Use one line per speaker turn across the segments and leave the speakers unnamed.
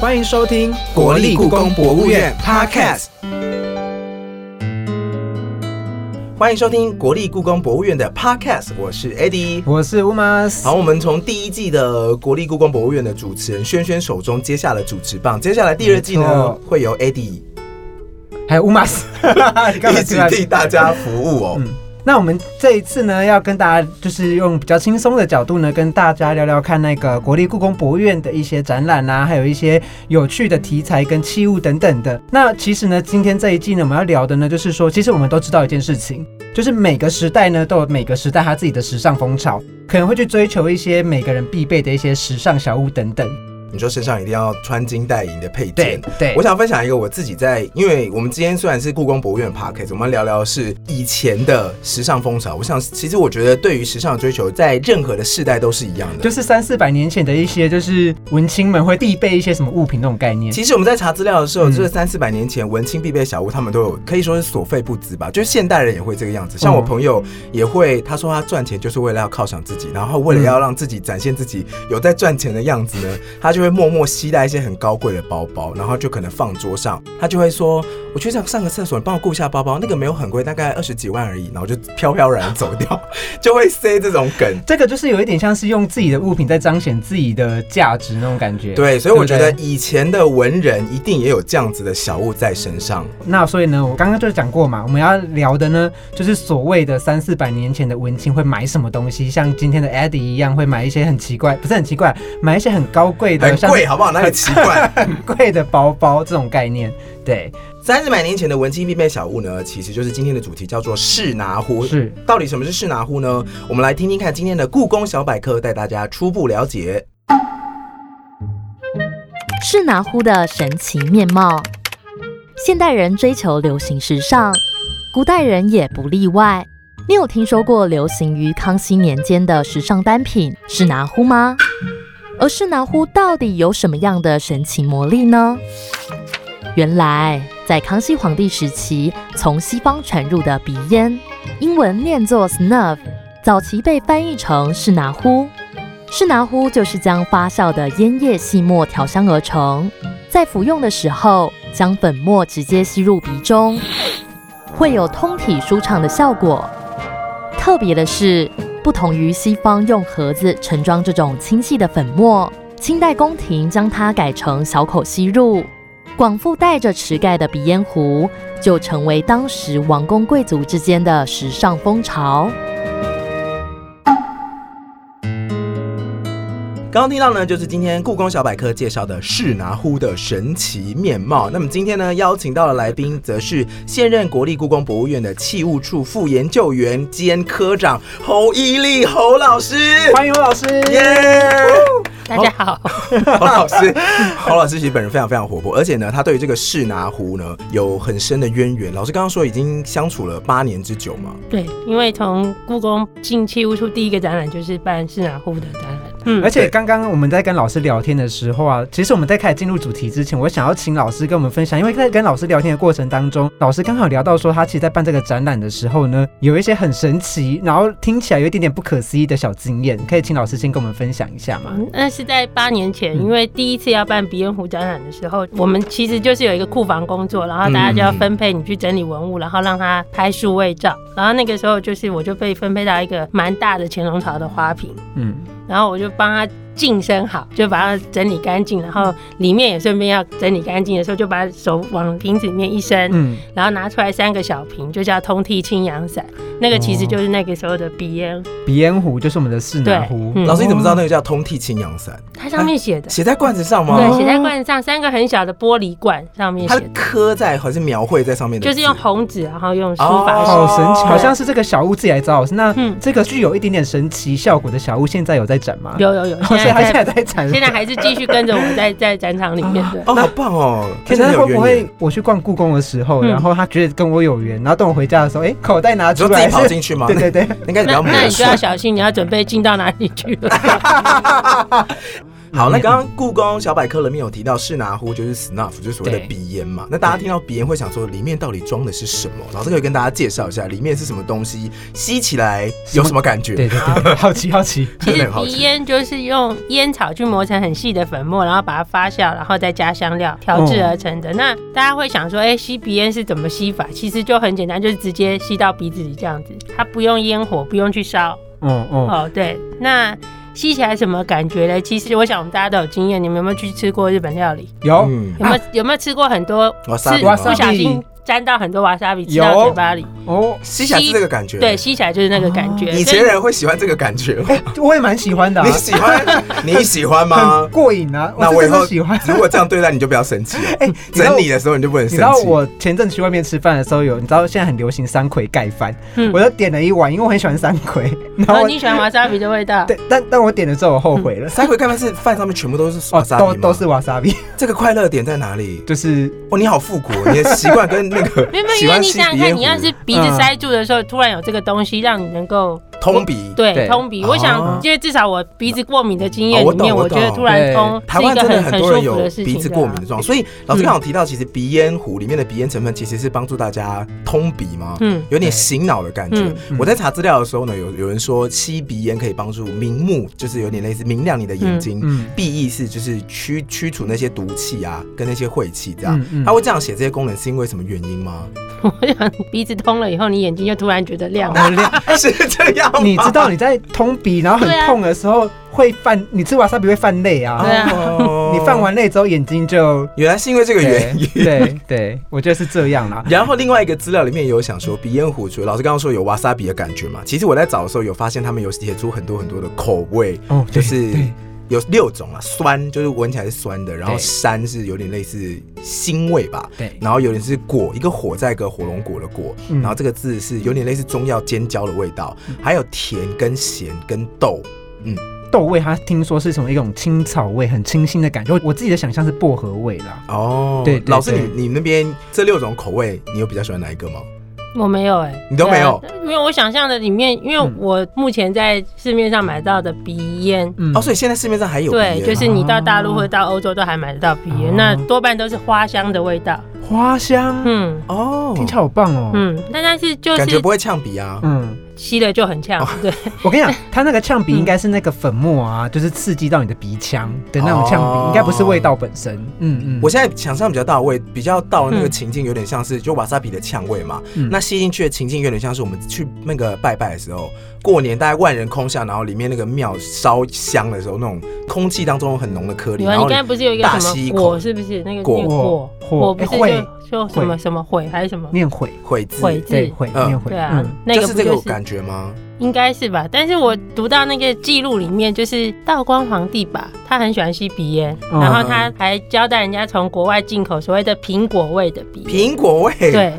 欢迎收听
国立故宫博物院 Podcast。
欢迎收听国立故宫博物院的 Podcast，我是 Eddie。
我是 Umas，
好，我们从第一季的国立故宫博物院的主持人轩轩手中接下了主持棒，接下来第二季
没
呢
错
会由 Eddie
还 有 Umas，你干嘛嗯
一
这
起
样
替大家服务哦。
那我们这一次呢，要跟大家就是用比较轻松的角度呢，跟大家聊聊看那个国立故宫博物院的一些展览啊，还有一些有趣的题材跟器物等等的。那其实呢，今天这一季呢，我们要聊的呢，就是说，其实我们都知道一件事情，就是每个时代呢，都有每个时代它自己的时尚风潮，可能会去追求一些每个人必备的一些时尚小物等等。
你说身上一定要穿金戴银的配
对
件。
对
我，想分享一个我自己在，因为我们今天虽然是故宫博物院 p a r k 我们聊聊是以前的时尚风潮。我想，其实我觉得对于时尚的追求，在任何的世代都是一样的。
就是三四百年前的一些，就是文青们会必备一些什么物品那种概念。
其实我们在查资料的时候，
嗯
这三四百年前文青必备小物，他们都有可以说是所费不赀吧。就是现代人也会这个样
嗯
子，像我朋友也会，他说他赚钱就是为了要犒赏自己，然后为了要让自己展现自己有在赚钱的样子
嗯
呢，他就会默默携带一些很高贵的包包，然后就可能放桌上，他就会说：“我去上上个厕所，你帮我顾一下包包，那个没有很贵，大概二十几万而已。”然后就飘飘然走掉， 就会塞这种梗。
这个就是有一点像是用自己的物品在彰显自己的价值那种感觉。，
对，所以我觉得
对不
以前的文人一定也有这样子的小物在身上。
那所以呢，我刚刚就讲过嘛，我们要聊的呢，就是所谓的三四百年前的文青会买什么东西，像今天的 Eddie 一样会买一些很奇怪，不是很奇怪，买一些很高贵的，
很
像
贵，好不好？哪里奇怪？
很贵的包包这种概念。对，
三四百年前的文青必备小物呢，其实就是今天的主题，叫做士拿壶。
是
到底什么是士拿壶呢？我们来听听看今天的故宫小百科，带大家初步了解。
是哪乎的神奇面貌。现代人追求流行时尚，古代人也不例外。你有听说过流行于康熙年间的时尚单品是拿乎吗？而是拿乎到底有什么样的神奇魔力呢？原来，在康熙皇帝时期，从西方传入的鼻烟，英文念作 snuff，早期被翻译成是拿乎。士拿糊就是将发酵的烟叶细末调香而成，在服用的时候，将粉末直接吸入鼻中，会有通体舒畅的效果。特别的是，不同于西方用盒子盛装这种精细的粉末，清代宫廷将它改成小口吸入，广附带着匙盖的鼻烟壶，就成为当时王公贵族之间的时尚风潮。
刚刚听到呢，就是今天故宫小百科介绍的士拿壶的神奇面貌。那么今天呢，邀请到的来宾则是现任国立故宫博物院的器物处副研究员兼科长侯伊利侯老师。
欢迎吴老师。
耶、
大家好，
侯老师，侯老师其实本人非常非常活泼，而且呢，他对于这个士拿壶呢有很深的渊源。老师刚刚说已经相处了八年之久嘛，
对，因为从故宫进器物处第一个展览就是办士拿户的展览，嗯，
而且
对
刚刚我们在跟老师聊天的时候啊，其实我们在开始进入主题之前，我想要请老师跟我们分享，因为在跟老师聊天的过程当中，老师刚好聊到说，他其实在办这个展览的时候呢，有一些很神奇，然后听起来有一点点不可思议的小经验，可以请老师先跟我们分享一下吗？
嗯那是在八年前，因为第一次要办鼻烟壶展览的时候，我们其实就是有一个库房工作，然后大家就要分配你去整理文物，然后让它拍数位照。然后那个时候就是我就被分配到一个蛮大的乾隆朝的花瓶，
嗯，
然后我就帮它净身好，就把它整理干净，然后里面也顺便要整理干净的时候，就把手往瓶子里面一伸，
嗯，
然后拿出来三个小瓶，就叫通替清阳散，那个其实就是那个时候的鼻烟，
鼻烟壶就是我们的士拿壶，
对嗯
老师你怎
哦
么知道那个叫通替清阳散？
它上面写的，
写在罐子上啊吗？
对，写在罐子上，三个很小的玻璃罐上面
它
写
的
的，
刻在还是描绘在上面的
就
字，
是用红纸，然后用书
哦
法写。
好神奇，好像是这个小屋自己来找老师。那
嗯
这个具有一点点神奇效果的小屋，现在有在展吗？
有有有，
哦，
现
所以他
在
现
在
在在展。
现在还是继续跟着我在在展场里面对。
哦，好棒哦！
可
真的很
能会
有
不
渊源
会。我去逛故宫的时候，
嗯
然后他觉得跟我有缘，然后等我回家的时候，哎，口袋拿
你
出
说自己
来
跑
是，
进去吗？
对 对对，
那应该比
那
较
那
魔
你
术
就。要小心，你要准备进到哪里去了。
好，那刚刚故宫小百科里面有提到士拿壶，就是 snuff，就是所谓的
对
鼻烟嘛。那大家听到鼻烟会想说，里面到底装的是什么？老师可以跟大家介绍一下，里面是什么东西，吸起来有什么感觉？
对对 对，好奇好奇，
真的
其实
很好
鼻
奇。
烟就是用烟草去磨成很细的粉末，然后把它发酵，然后再加香料调
哦
制而成的。那大家会想说，哎、吸鼻烟是怎么吸法？其实就很简单，就是直接吸到鼻子里这样子，它不用烟火，不用去烧。
嗯嗯，
哦，对，那吸起来什么感觉呢？其实我想我们大家都有经验，你们有没有去吃过日本料理？
有
嗯
有没有、有没有吃过很多
哇
是
塞，
不小心
wasabi
沾到很多瓦萨比，吃
有
到嘴巴里？
哦，
吸起来是这个感觉。
对，，吸起来就是那个感觉。
哦以
所以
前人会喜欢这个感觉吗？
我也蛮喜欢的啊
你，喜欢？你喜欢吗
很？过瘾啊，
那
我
我以
是真
后
的喜欢。
如果这样对待你就不要生气了。
哎，知道
整理的时候你就不能
你
生
知道
气。
我前阵子去外面吃饭的时候有，你知道现在很流行三葵盖饭，
嗯
我就点了一碗，因为我很喜欢三葵。然
然
后
后
我
哦你喜欢瓦萨比的味道？
对，但但我点了之后我后悔了，
三回盖饭是饭上面全部都是
哦
瓦，萨比
都
嗯吗
都是。瓦萨比，
这个快乐点在哪里？
就是
哦，你好复古，你的习惯跟那个
没有，没有，
喜
因为
欢
你
吸
想想
鼻烟
看，
壶
你要是鼻子塞住的时候，突然有这个东西让你能够
通鼻，
对
对通鼻，
哦
我想，因为至少我鼻子过敏的经验
哦我
里
懂
面，
我
我觉得
懂
突然通
台
是一
湾
个
真的
很
很
很
多人
舒服
有
的事情。啊嗯
鼻子过敏的状况，所以老师刚好提到，其实鼻烟壶里面的鼻烟成分其实是帮助大家通鼻吗？
嗯，
有点醒脑的感觉
嗯。
嗯
我在查资料的时候呢，有有人说吸鼻烟可以帮助明目，就是有点类似明亮你的眼睛。
嗯
闭翳是就是驱驱除那些毒气啊，跟那些晦气这样。
嗯嗯
他会这样写这些功能是因为什么原因吗？
我想鼻子通了以后，你眼睛就突然觉得亮。
哦
然后亮
是这样 吗？
你知道你在通鼻然后很
对啊
痛的时候会犯，你吃瓦萨比会犯泪啊，
对啊
哦
你犯完泪之后眼睛就
原来是因为这个 原因。
对对对，我觉得是这样啦。
然后另外一个资料里面有想说，鼻烟壶除了老师刚刚说有瓦萨比的感觉嘛，其实我在找的时候有发现他们有写出很多很多的口味，
哦，
就
对
是
对
有六种啊，酸就是闻起来是酸的，然后
对
山是有点类似腥味吧，
对
然后有点是果，一个火在一个火龙果的果，
嗯
然后这个字是有点类似中药尖椒的味道，还有甜跟咸跟豆，
豆味，它听说是什么一种青草味，很清新的感觉。我我自己的想象是薄荷味啦。
哦，
对对
老师
对
你你那边这六种口味，你有比较喜欢哪一个吗？
我没有哎，
你都没有
对啊，因为我想象的里面，因为
嗯
我目前在市面上买到的鼻烟。
嗯
哦，所以现在市面上还有
对，
鼻烟
就是你到大陆
哦
或者到欧洲都还买得到鼻
哦
烟，那多半都是花香的味道。
花香，
嗯
哦，
听起来好棒哦。嗯
嗯，但但是嗯就
感觉
是
不会哦呛鼻啊。
吸了就很呛，对，
我跟你讲，它那个呛鼻应该是那个粉末
嗯
啊，就是刺激到你的鼻腔的那种呛鼻，
哦
应该不是味道本身。嗯嗯，
我现在想象比较到位，比较到那个
嗯
情境，有点像是就瓦萨比的呛味嘛。
嗯
那吸进去的情境有点像是我们去那个拜拜的时候，过年大概万人空巷，然后里面那个庙烧香的时候，那种空气当中有很浓的颗粒，
有啊，
然
你
后
刚才不是有一个
大吸
什
一
么
口
果，是不是那个
果
那个果
果
果不
哎
是
会
就就什么
会
什么悔还是什么？
念悔，
悔字，
悔字
对悔
嗯
念悔，
对啊，那
就
个
是
不
这个
就是
感觉吗？
应该是吧？但是我读到那个记录里面，就是道光皇帝吧，他很喜欢吸鼻烟，
嗯
然后他还交代人家从国外进口所谓的苹果味的鼻烟。
苹果味，，
对，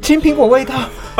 青苹果味 道，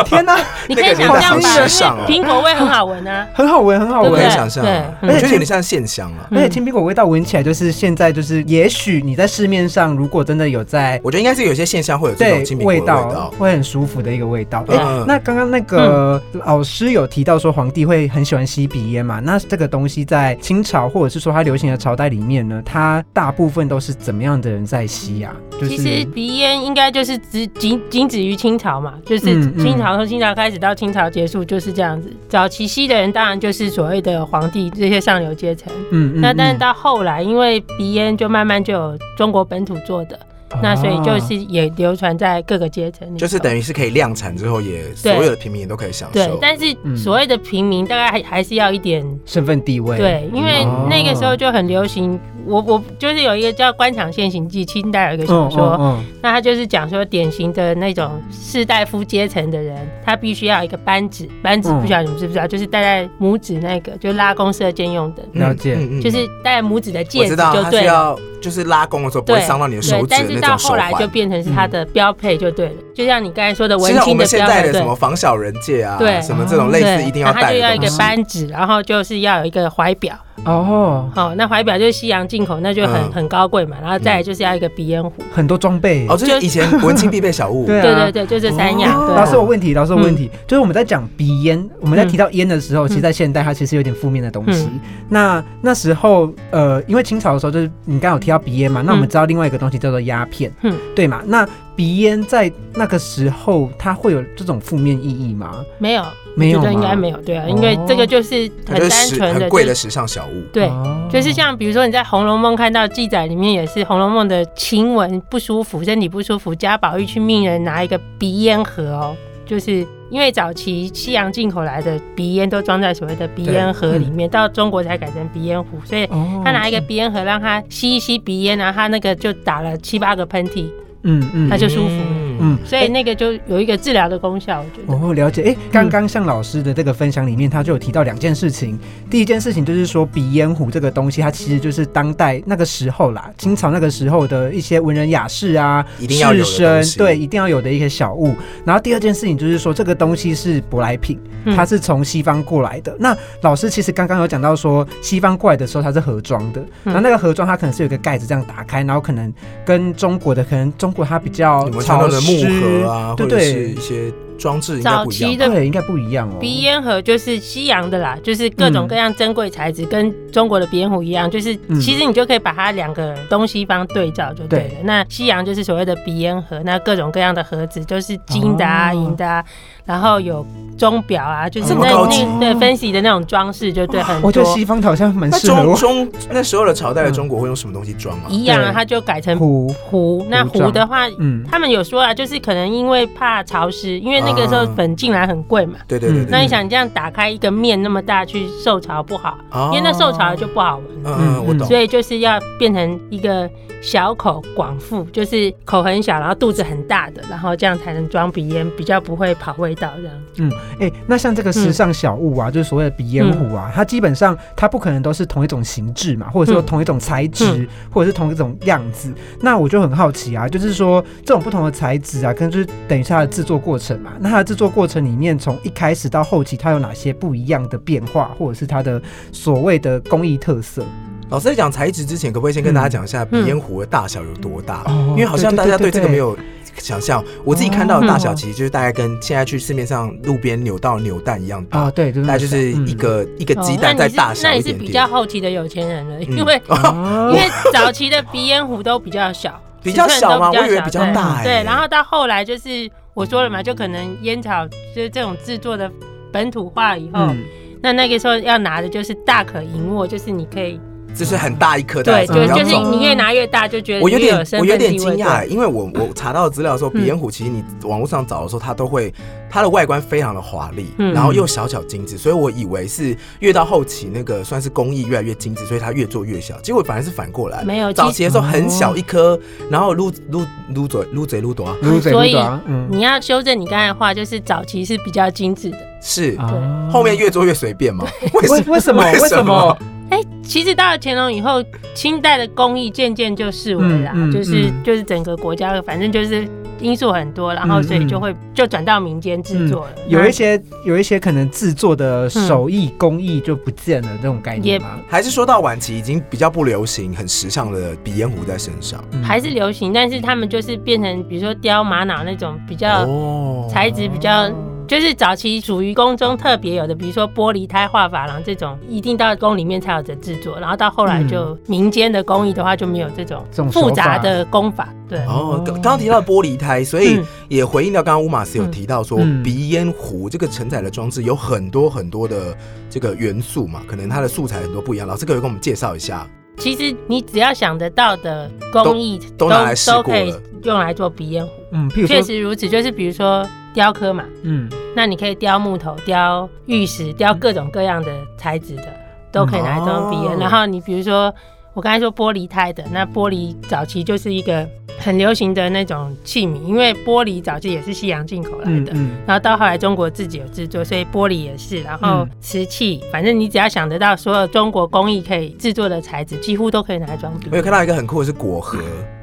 天哪，
你可以
那个
想
年代
象吧，
好时尚哦
因为苹果味很好 闻啊。
很好闻，很好
我
对
可以
闻
不。
想象，啊
对
我觉得有点像线香啊。
嗯
而且青苹果味道闻起来就是现在就是，也许你在市面上如果真的有在
我觉得应该是有些线香会有这
对
种青苹果的
味
味
道
道。
会很舒服的一个味道。
嗯
哎那刚刚那个老师有提到说皇帝会很喜欢吸鼻烟嘛？那这个东西在清朝或者是说它流行的朝代里面呢，它大部分都是怎么样的人在吸啊？就
其实
是
鼻烟应该就是只仅仅止于清朝嘛，就是
嗯嗯
清朝从清朝开始到清朝结束就是这样子。早期吸的人当然就是所谓的皇帝这些上流阶层，
嗯
那但是到后来，因为鼻烟就慢慢就有中国本土做的，
啊
那所以就是也流传在各个阶层里头，
就是等于是可以量产之后也，所有的平民也都可以享
对
受。，
但
嗯
是所谓的平民大概还还是要一点。
身份地位
对，因为
哦
那个时候就很流行，我我就是有一个叫《官场现形记》，清代有一个小
嗯
说，
嗯
那他就是讲说，典型的那种士大夫阶层的人，他必须要有一个扳指，扳指
嗯
不晓得你们知不知道，就是戴在拇指那个，就拉弓射箭用的，
嗯了解
嗯嗯嗯
就是戴在拇指的戒
我
指
知道
就
它
对
是
了。
要就是拉弓的时候不
对，
会伤到你的手
对
指
但
的
是
那
到
种手
后来就
环。
变成是他的标配就对了。就像你刚才说的
就
文
像我
青的
们现
标
在
本，
的
对
什么防小人戒啊，
对
什么这种类似一定要
然后它
带
就要
的
一
东
个
西。
扳指，然后就是要有一个怀表。
哦，
好、那怀表就是西洋进口，那就很、
嗯
很高贵嘛。然后再来就是要一个鼻烟壶。
很多装备。
哦，就是以前文青必备小物。
对啊
对对对，就这三样。
哦
对嗯
老师有问题，老师有问题，就是我们在讲鼻烟，我们在提到烟的时
嗯
候，其实在现代它其实有点负面的东西。那那时候，呃，因为清朝的时候，就是你刚刚有提到鼻烟嘛，那我们知道另外一个东西叫做鸦片，
嗯
对嘛？那鼻烟在那个时候，它会有这种负面意义吗？
没有，
没有
我觉得应
吗
该没有。对啊，因为这个就是
它
很
就是
单
时
纯的，
很贵的时尚小物，
对。
哦
就是像比如说你在《红楼梦》看到记载里面也是《红楼梦》的晴雯不舒服，身体不舒服，贾宝玉去命人拿一个鼻烟盒哦，就是因为早期西洋进口来的鼻烟都装在所谓的鼻烟盒
嗯
里面，到中国才改成鼻烟壶，所以
哦
他拿一个鼻烟盒让他吸一吸鼻烟，然后他那个就打了七八个喷嚏，
嗯嗯
他就舒服了。
嗯，
嗯。
所以那个就有一个治疗的功效，我觉得。
哦，了解。哎，
嗯
刚刚向老师的这个分享里面，他就有提到两件事情。第一件事情就是说，鼻烟壶这个东西，它其实就是当代那个时候啦，清朝那个时候的一些文人雅士啊，
一定要有的
士绅
东西
对，一定要有的一些小物。然后第二件事情就是说，这个东西是舶来品，
嗯
它是从西方过来的。那老师其实刚刚有讲到说，西方过来的时候它是盒装的，
嗯
然后那个盒装它可能是有一个盖子这样打开，然后可能跟中国的可能中国它比较
我们看
潮
到的木
湿，
盒啊，
对
或者是
对
一。些装置应该不一
早期
样吧。
的
对，应该不一样哦。
鼻烟盒就是西洋的啦，就是各种各样珍贵材质，跟中国的鼻烟壶一样，就是
嗯
其实你就可以把它两个东西方对照就对了。
对
那西洋就是所谓的鼻烟盒，那各种各样的盒子就是金的啊、
哦
银的啊，然后有钟表啊，就是
这么
那
高级
那对分析的那种装饰，就对很
我觉得
多
西方的好像蛮
那
适合
中
我。嗯
中那时候的朝代的中国会用什么东西装啊？
一样啊
对，
它就改成
湖，
壶。那
壶状
壶的话。
嗯，
他们有说啊，就是可能因为怕潮湿，因为那个时候
啊
粉进来很贵嘛。
对对对
那
对，
你想，你这样打开一个面那么大去受潮不好，
哦
因为那受潮了就不好闻了。
嗯嗯，我
嗯
懂。
所以就是要变成一个小口广腹，就是口很小，然后肚子很大的，然后这样才能装鼻烟，比较不会跑味道这样。
哎、那像这个时尚小物啊，就是所谓的鼻烟壶啊，它基本上它不可能都是同一种形制嘛，或者说
嗯
同一种材质，
嗯
或者是同一种样子。那我就很好奇啊，就是说这种不同的材质啊，跟就是等于是它的制作过程嘛，那它的制作过程里面，从一开始到后期，它有哪些不一样的变化，或者是它的所谓的工艺特色？
老师在讲材质之前，可不可以先跟大家讲一下鼻烟壶的大小有多大？
哦
因为好像大家嗯对嗯这个没
有
有想象。我自己看到的大小
哦
其实就是大概跟现在去市面上路边扭到的扭蛋一样大，
啊，对，就
大概哦就是嗯一个一个鸡蛋
哦那
再
你是
大小
那
一
你是
点
比
点
较。后期的有钱人了，
嗯
因 为、因
嗯
为早期的鼻烟壶都比较小，
比较小吗
尺寸都
我以为比较
对嗯
大欸
对，然后到后来就是我说了嘛，就可能烟草就是这种制作的本土化以后，
嗯
那那个时候要拿的就是大可盈握，就是你可以
就是很大一颗蛋，
对，就
比较
就是
重。
你越拿越大，就觉得
我有
你越
点
身
我有
份
点
地
惊
位。
讶，
对
因为我我查到的资料说，
嗯
鼻烟壶其实你网络上找的时候，它都会它的外观非常的华丽，
嗯
然后又小巧精致，所以我以为是越到后期那个算是工艺越来越精致，所以它越做越小。结果反而是反过来，
没有
早
其哦
期的时候很小一颗，然后撸撸撸嘴撸嘴撸朵啊，
撸嘴
哦所
撸
以
嘴啊，嗯，
你要修正你刚才的话，就是早期是比较精致的。
是
哦
啊
后面越做越随便 嘛？为
为
什么？
为什么为什么？
哎、其实到了乾隆以后，清代的工艺渐渐就式微啦，
嗯嗯
就是
嗯
就是整个国家反正就是因素很多，
嗯
然后所以就会就转到民间制作了。
有一些有一些可能制作的手艺工艺就不见了这种概念吗？
还是说到晚期已经比较不流行很时尚的鼻烟壶在身上
嗯
还是流行，但是他们就是变成比如说雕玛瑙那种比较
哦
材质比较。就是早期属于宫中特别有的，比如说玻璃胎画珐琅这种，一定到宫里面才有的制作。然后到后来就民间的工艺的话，就没有这种
这种手法
复杂的工法。对，
哦，哎刚刚提到玻璃胎，所以
嗯
也回应到刚刚乌马斯有提到说，
嗯
鼻烟壶这个承载的装置有很多很多的这个元素嘛，可能它的素材很多不一样。老师可以给我们介绍一下，
其实你只要想得到的工艺
都拿来试
都
过
可以
了
用来做鼻烟壶。
嗯，譬如
确
说，
实如此，就是比如说雕刻嘛，
嗯，
那你可以雕木头、雕玉石、雕各种各样的材质的，都可以拿来
嗯
装鼻
哦
烟。然后你比如说。我刚才说玻璃胎的，那玻璃早期就是一个很流行的那种器皿，因为玻璃早期也是西洋进口来
嗯
的。
嗯，
然后到后来中国自己有制作，所以玻璃也是，然后
嗯
瓷器，反正你只要想得到所有中国工艺可以制作的材质，几乎都可以拿来装笔。
我有看到一个很酷的是果核，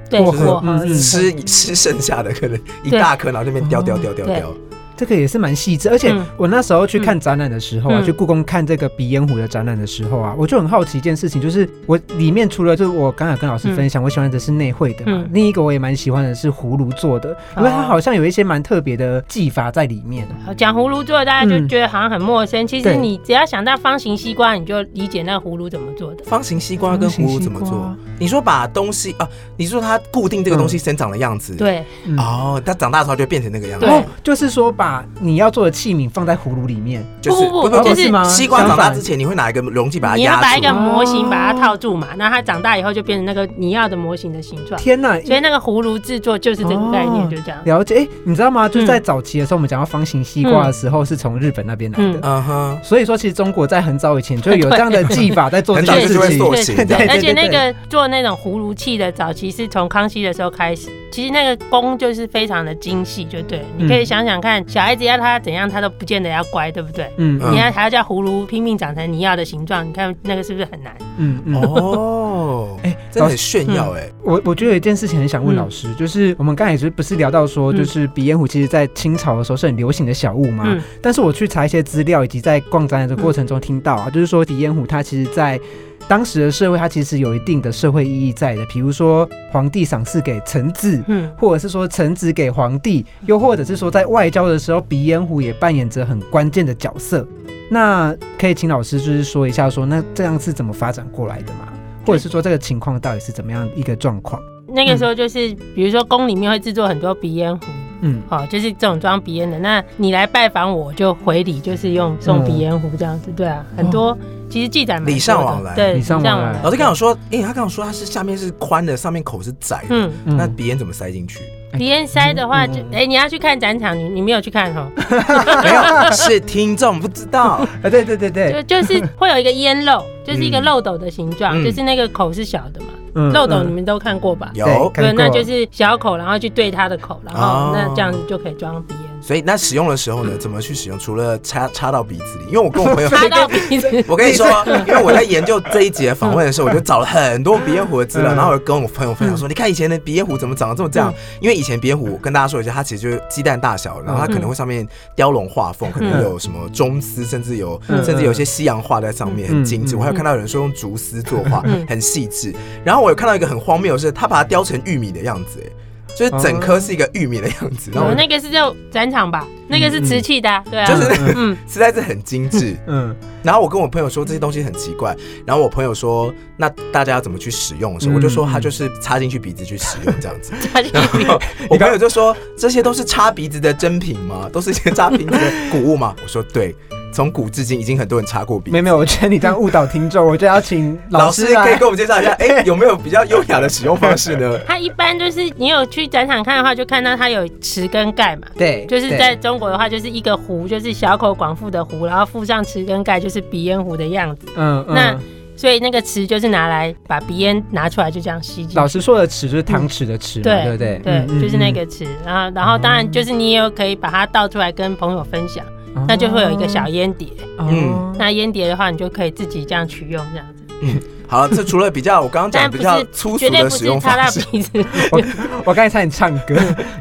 对，
薄
荷
果
嗯
核
嗯
吃吃剩下的可能一
对
大颗，然后这边雕雕雕雕雕，
这个也是蛮细致，而且
嗯
我那时候去看展览的时候啊，
嗯
去故宫看这个鼻烟壶的展览的时候啊，我就很好奇一件事情，就是我里面除了就是我刚才跟老师分享，我喜欢的是内绘的嘛
嗯，哦
另一个我也蛮喜欢的是葫芦做的，因为它好像有一些蛮特别的技法在里
哦
面。
讲葫芦做，大家就
嗯
觉得好像很陌生。其实
对
你只要想到方形西瓜，你就理解那葫芦怎么做的。
方形西瓜跟葫芦怎么
方形
做
西瓜？
你说把东西啊，你说它固定这个东西生长的样子，，
对
嗯
哦，它长大之后就变成那个样子
对，
哦，就是说把你要做的器皿放在葫芦里面，
就是
不不
哦
不
哦不
就是
吗
西瓜长
相
大
反
之前你会拿一个容器把它
你要
压
把一个
住，
模型
哦
把它套住嘛，那它长大以后就变成那个你要的模型的形状。
天哪！
所以那个葫芦制作就是这个概念，
哦
就这样。
了解，哎、你知道吗？就是在早期的时候，我们讲到方形西瓜的时候，是从日本那边来的。
嗯
嗯 哼，
所以说，其实中国在很早以前就有这样的技法在做这
很早
件
就
事
是会
情。
塑形
对
的
对。
而且那个做那种葫芦器的早期是从康熙的时候开始，其实那个工就是非常的精细，就对。你
嗯
可以想想看，小孩子要他怎样，他都不见得要乖，对不对？
嗯
嗯
你要还要叫葫芦拼命长成你要的形状，你看那个是不是很难？
嗯嗯。
哦，
哎、
真的
老师
很，炫耀哎，
我我觉得有一件事情很想问老师，就是我们刚才也是不是聊到说，
嗯
就是鼻烟壶其实在清朝的时候是很流行的小物嘛？
嗯
但是我去查一些资料，以及在逛展览的过程中听到啊，就是说鼻烟壶它其实在当时的社会，它其实有一定的社会意义在的，比如说皇帝赏赐给臣子，
嗯，
或者是说臣子给皇帝，又或者是说在外交的时候，鼻烟壶也扮演着很关键的角色。那可以请老师就是说一下说那这样是怎么发展过来的吗？或者是说这个情况到底是怎么样一个状况？
那个时候就是，比如说宫里面会制作很多鼻烟壶，
嗯，
哦，就是这种装鼻烟的。那你来拜访我，就回礼，就是用送鼻烟壶这样子，对啊，很多其实记载蛮多的
礼尚往来
嗯
对，
哦礼尚往来
老师刚好说，哎，他刚好说它是下面是宽的，上面口是窄的，
嗯，
嗯
那鼻炎怎么塞进去？
哎
鼻烟塞的话就
嗯，
哎，你要去看展场，你你没有去看哦，
没有，是听众不知道，
啊，对对对对，
就就是会有一个烟漏，就是一个漏斗的形状，
嗯
就是那个口是小的嘛，
嗯
漏斗你们都看过吧？
有。
看
对，那
过
就是小口，然后去对它的口，然
哦
后那这样子就可以装鼻烟，
所以那使用的时候呢，怎么去使用？除了插插到鼻子里，因为我跟我朋友
插到鼻子。
我跟你 说，因为我在研究这一节访问的时候，我就找了很多鼻烟壶的资料，
嗯
然后我跟我朋友分享说，你看以前的鼻烟壶怎么长得这么这样？因为以前鼻烟壶，我跟大家说一下，它其实就是鸡蛋大
嗯
小，然后它可能会上面雕龙画凤，可能有什么中丝，甚至有
嗯
甚至有一些西洋画在上面，
嗯
很精致。
嗯
我还有看到有人说用竹丝作画
嗯，
很细致。然后我有看到一个很荒谬的是，他把它雕成玉米的样子，哎就是整
哦
颗是一个玉米的样
嗯
子，然后
我
我
嗯那个是叫展场吧，那个是瓷器的啊，对啊，
就是
嗯，
实在是很精致。
嗯
然后我跟我朋友说这些东西很奇怪，然后我朋友说那大家要怎么去使用的时候，
嗯
我就说他就是插进去鼻子去使用这样 子。
插进去
我朋友就说这些都是插鼻子的真品吗？都是一些插鼻子的古物吗？我说对，从古至今已经很多人插过鼻
没。有没有，我觉得你这样误导听众，我就要请
老
师啊
师可以
来
给。我们介绍一下，哎，有没有比较优雅的使用方式呢？
它一般就是你有去展场看的话，就看到它有匙跟盖嘛。
对，
就是
对
在中国的话，就是一个壶，就是小口广腹的壶，然后附上匙跟盖，就是鼻烟壶的样子。
嗯
那
嗯，
所以那个匙就是拿来把鼻烟拿出来，就这样吸进
老
去。
师说的尺就是汤匙的尺嘛，
对
对不对？
对
嗯，嗯
就是那个匙。然后，然后当然就是你也有可以把它倒出来跟朋友分享，
嗯
那就会有一个小烟碟。
嗯
那烟碟的话，你就可以自己这样取用，这样子。
好了，这除了比较我刚刚
但
讲
不
比
是
较粗
绝
俗的
对不
使
是
用
插
方
到
式，
鼻子。
我刚才差点唱歌，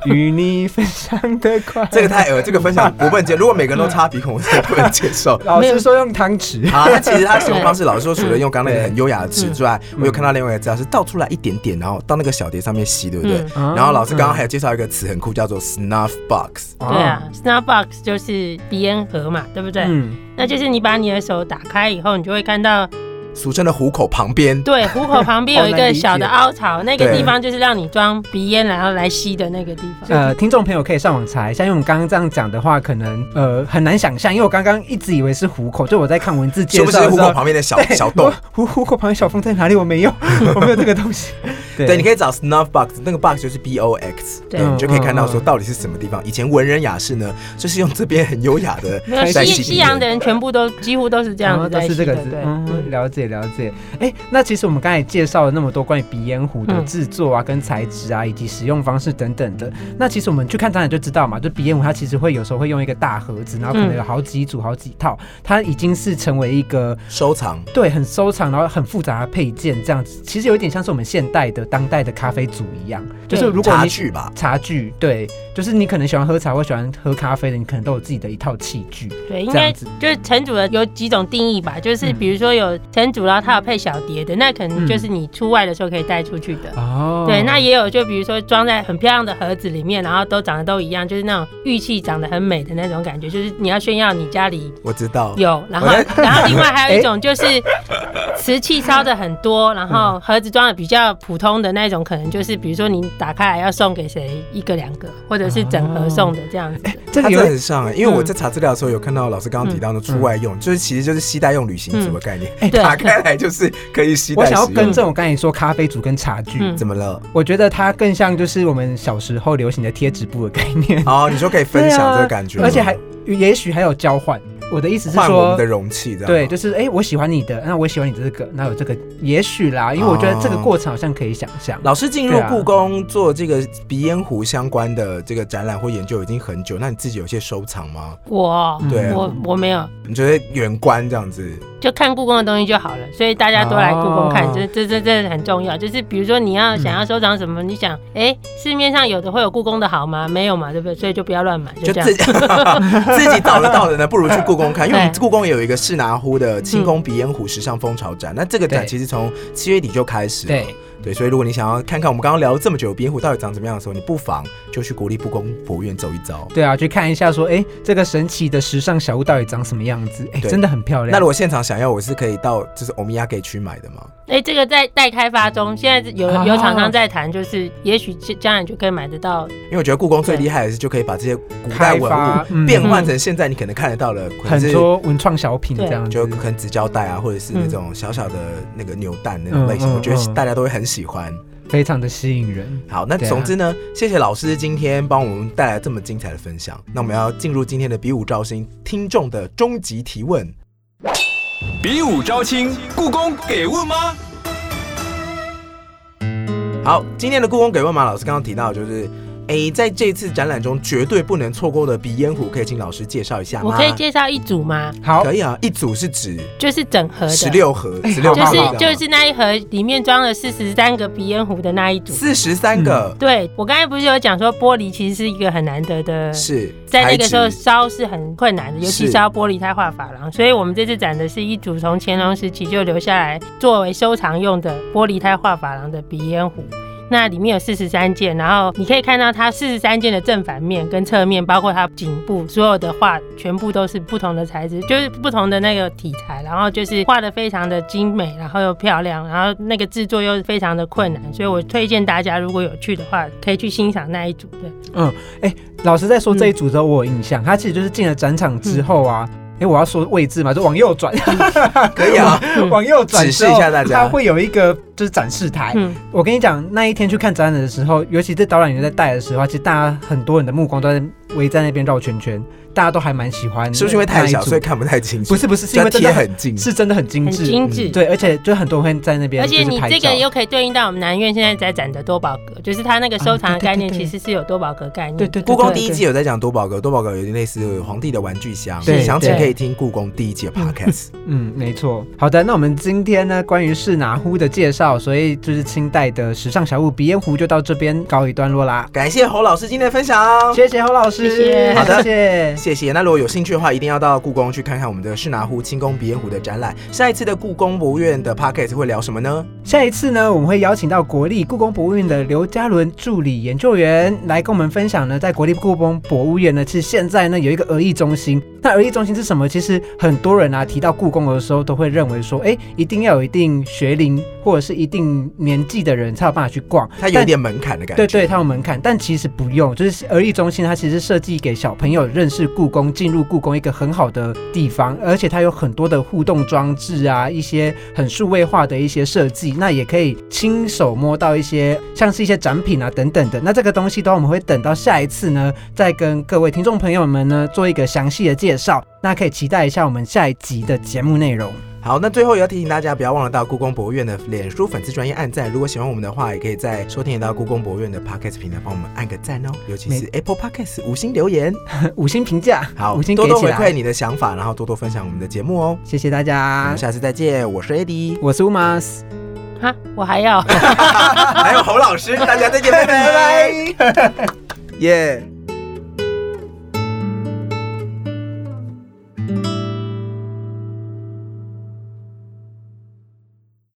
与你分享的快乐。
这个太呃，这个分享我不能接。如果每个人都插鼻孔，我真的不能接受。
老师说用汤匙，
好，那其实它使用方式，老实说，除了用刚刚那个
嗯
很优雅的尺之外，我有看到另外一个资料是倒出来一点点，然后到那个小碟上面吸，对不对？
嗯
然后老师刚刚还有介绍一个词很酷，叫做 snuff box。
哦
对啊，Snapbox 就是鼻烟盒嘛，对不对？
嗯，
那就是你把你的手打开以后，你就会看到，
俗称的虎口旁边，
对，虎口旁边有一
好难
个
理解
小的凹槽， 那个
对
地方就是让你装鼻烟然后来吸的那个地方。
呃，听众朋友可以上网查一下，因为我们刚刚这样讲的话，可能呃很难想象，因为我刚刚一直以为是虎口，就我在看文字介
是不是
绍的
虎
时
口
候。哦
旁边的小
对
小洞？
我虎虎口旁边小缝在哪里？我没有，我没有这个东西。 对
对，你可以找 Snuff Box，那个 box 就是 B O X，
对
你就可以看到说
嗯嗯嗯
到底是什么地方。以前文人雅士呢，就是用这边很优雅的
没有
山
西
西
西洋的人全部都几乎都是这样
哦
子
都
在吸
是这
的，
个字
对，，
嗯，了解了解。哎，那其实我们刚才介绍了那么多关于鼻烟壶的
嗯
制作啊、跟材质啊、以及使用方式等等的。那其实我们去看展览就知道嘛，就鼻烟壶它其实会有时候会用一个大盒子，然后可
嗯
能有好几组、好几套，它已经是成为一个
收藏。
对很收藏，然后很复杂的配件这样子。其实有一点像是我们现代的当代的咖啡组一样，就是
对
如果
茶
你
具吧，
茶具，对，就是你可能喜欢喝茶或喜欢喝咖啡的，你可能都有自己的一套器具。
对，应
这
该
样子
就是城主的有几种定义吧，就是
嗯
比如说有城主，然后它有配小碟的，那可能就是你出外的时候可以带出去的。
哦
对，那也有，就比如说装在很漂亮的盒子里面，然后都长得都一样，就是那种玉器长得很美的那种感觉，就是你要炫耀你家里
我知道。
有，然后
哎
然后另外还有一种就是瓷器烧的很 多，然
嗯
后盒子装的比较普通的那种，可能就是比如说你打开来要送给谁一个两个，或者是整
哦
盒送的这样子。
这
它
嗯个
真的
有
很像、欸，因为我在查资料的时候有看到老师刚刚提到的
嗯
出外用，就是其实就是携带用旅行组的概念，哎
对
打开来就是可以携
我
带
想要
使
更
用。
正我刚才说咖啡组跟茶具，
嗯
怎么了？
我觉得它更像就是我们小时候流行的贴纸布的概念，
哦，你说可以分享这个感觉吗，
而且还也许还有交换。我的意思是
换我们
说
的。啊容器，这样
对，
吗
就是哎、我喜欢你的，那我喜欢你的这个，那有这个，也许啦，
哦
因为我觉得这个过程好像可以想象。
老师进入
对啊
故宫做这个鼻烟壶相关的这个展览或研究已经很久，那你自己有些收藏吗？
我哦
对
嗯
啊
我我没有，
你觉得远观这样子，
就看故宫的东西就好了，所以大家都来故宫看
哦，
这这这这很重要。就是比如说你要
嗯
想要收藏什么，你想，哎，市面上有的会有故宫的好吗？没有嘛，对不对？所以就不要乱买，
就
就这样
自。己自己 找得到的呢，不如去故宫 看，因为我们
对
故宫也有一个士拿呼的清宫鼻烟壶时尚风潮展，那这个展
嗯对
其实从七月底就开始了，
对，
对，所以如果你想要看看我们刚刚聊了这么久的鼻烟壶到底长怎么样的时候，你不妨就去国立故宫博物院走一遭。
对啊，去看一下说，哎、这个神奇的时尚小物到底长什么样子？哎、
对
真的很漂亮。
那如果现场想要，我是可以到就是欧米亚给区买的吗？
哎，这个在待开发中，现在有
啊
有厂
哦
商在谈，就是也许将来就可以买得到。
因为我觉得故宫最厉害的是，就可以把这些古代文
开发嗯
物变换成现在你可能看得到的，可能
很
是
多文创小品这样
就
子，
可能纸胶带啊，或者是那种小小的那个扭蛋那种类型，
嗯嗯
我觉得
嗯
大家都会很喜欢。
非常的吸引人。
好，那
对啊
总之呢，谢谢老师今天帮我们带来这么精彩的分享。那我们要进入今天的比武招新听众的终极提问。
比武招亲，故宫给问吗？
好，今天的故宫给问马老师刚刚提到，就是诶，在这次展览中绝对不能错过的鼻烟壶，可以请老师介绍一下吗？
我可以介绍一组吗？
好，
可以啊，一组是指
就是整盒的，
十六盒，十六
好
就
好
是
好
就是那一盒里面装了四十三个鼻烟壶的那一组。
四十三个，
对我刚才不是有讲说玻璃其实是一个很难得的
是
嗯在那
材
个
质
时候烧是很困难的，尤其
是
是要玻璃胎画珐琅，所以我们这次展的是一组从乾隆时期就留下来作为收藏用的玻璃胎画珐琅的鼻烟壶。那里面有四十三件，然后你可以看到它四十三件的正反面跟侧面，包括它颈部所有的画，全部都是不同的材质，就是不同的那个题材，然后就是画的非常的精美，然后又漂亮，然后那个制作又非常的困难，所以我推荐大家如果有去的话，可以去欣赏那一组的。
老师在
嗯
说这一组之后，我有印象，他其实就是进了展场之后啊。
嗯
哎，我要说位置嘛，就往右转，
可以啊，
嗯
往右转
嗯指
之
示
后。
一下大家
它会有一个就是展示台。
嗯，
我跟你讲，那一天去看展览的时候，尤其是导览员在带的时候，其实大家很多人的目光都在围在那边绕圈圈，大家都还蛮喜欢。
是不是因为太小所以？看不太清楚？
不是不是，是因
要
为真
贴
的很
很近，
是真的很精
很
致，
精致。
对，而且就很多人会在那边，
而且你这个
有
又可以对应到我们南院现在在展的多宝格，就是它那个收藏
啊对
的
对
概念
对对
其实是有多宝格概念。
对对对
故宫
对
第一季有在讲多宝格，多宝格有点类似皇帝的玩具箱，
对
详情
对
可以听故宫第一季的 podcast。
嗯，没错。好的，那我们今天呢，关于是哪壶的介绍，所以就是清代的时尚小物鼻烟壶就到这边告一段落啦。
感谢侯老师今天的分享。
谢谢侯老师，
谢谢
好的
谢谢。
谢谢。那如果有兴趣的话，一定要到故宫去看看我们的士拿湖清宫鼻烟壶的展览。下一次的故宫博物院的 p o c k e t 会聊什么呢？
下一次呢，我们会邀请到国立故宫博物院的刘嘉伦助理研究员来跟我们分享呢，在国立故宫博物院呢，是现在呢有一个儿艺中心。那儿艺中心是什么？其实很多人啊提到故宫的时候，都会认为说，哎，一定要有一定学龄或者是一定年纪的人才有办法去逛。
它有
但
一点门槛的感觉。
对对，它有门槛，但其实不用，就是儿艺中心它其实设计给小朋友认识故宫，进入故宫一个很好的地方，而且它有很多的互动装置啊，一些很数位化的一些设计，那也可以亲手摸到一些像是一些展品啊等等的。那这个东西的话，我们会等到下一次呢，再跟各位听众朋友们呢做一个详细的介绍。那可以期待一下我们下一集的节目内容。
好，那最后也要提醒大家，不要忘了到故宫博物院的脸书粉丝专业按赞。如果喜欢我们的话，也可以在收听得到故宫博物院的 Podcast 平台帮我们按个赞哦，尤其是 Apple Podcast 五星留言。
五星评价，
好，
五星
多
给
多
起
回馈
来，
你的想法，然后多多分享我们的节目哦。
谢谢大
我
家
们。下次再见，我是 AD，
我是 Umas。
哈，我还要。
还有侯老师，大家再见，拜拜，耶。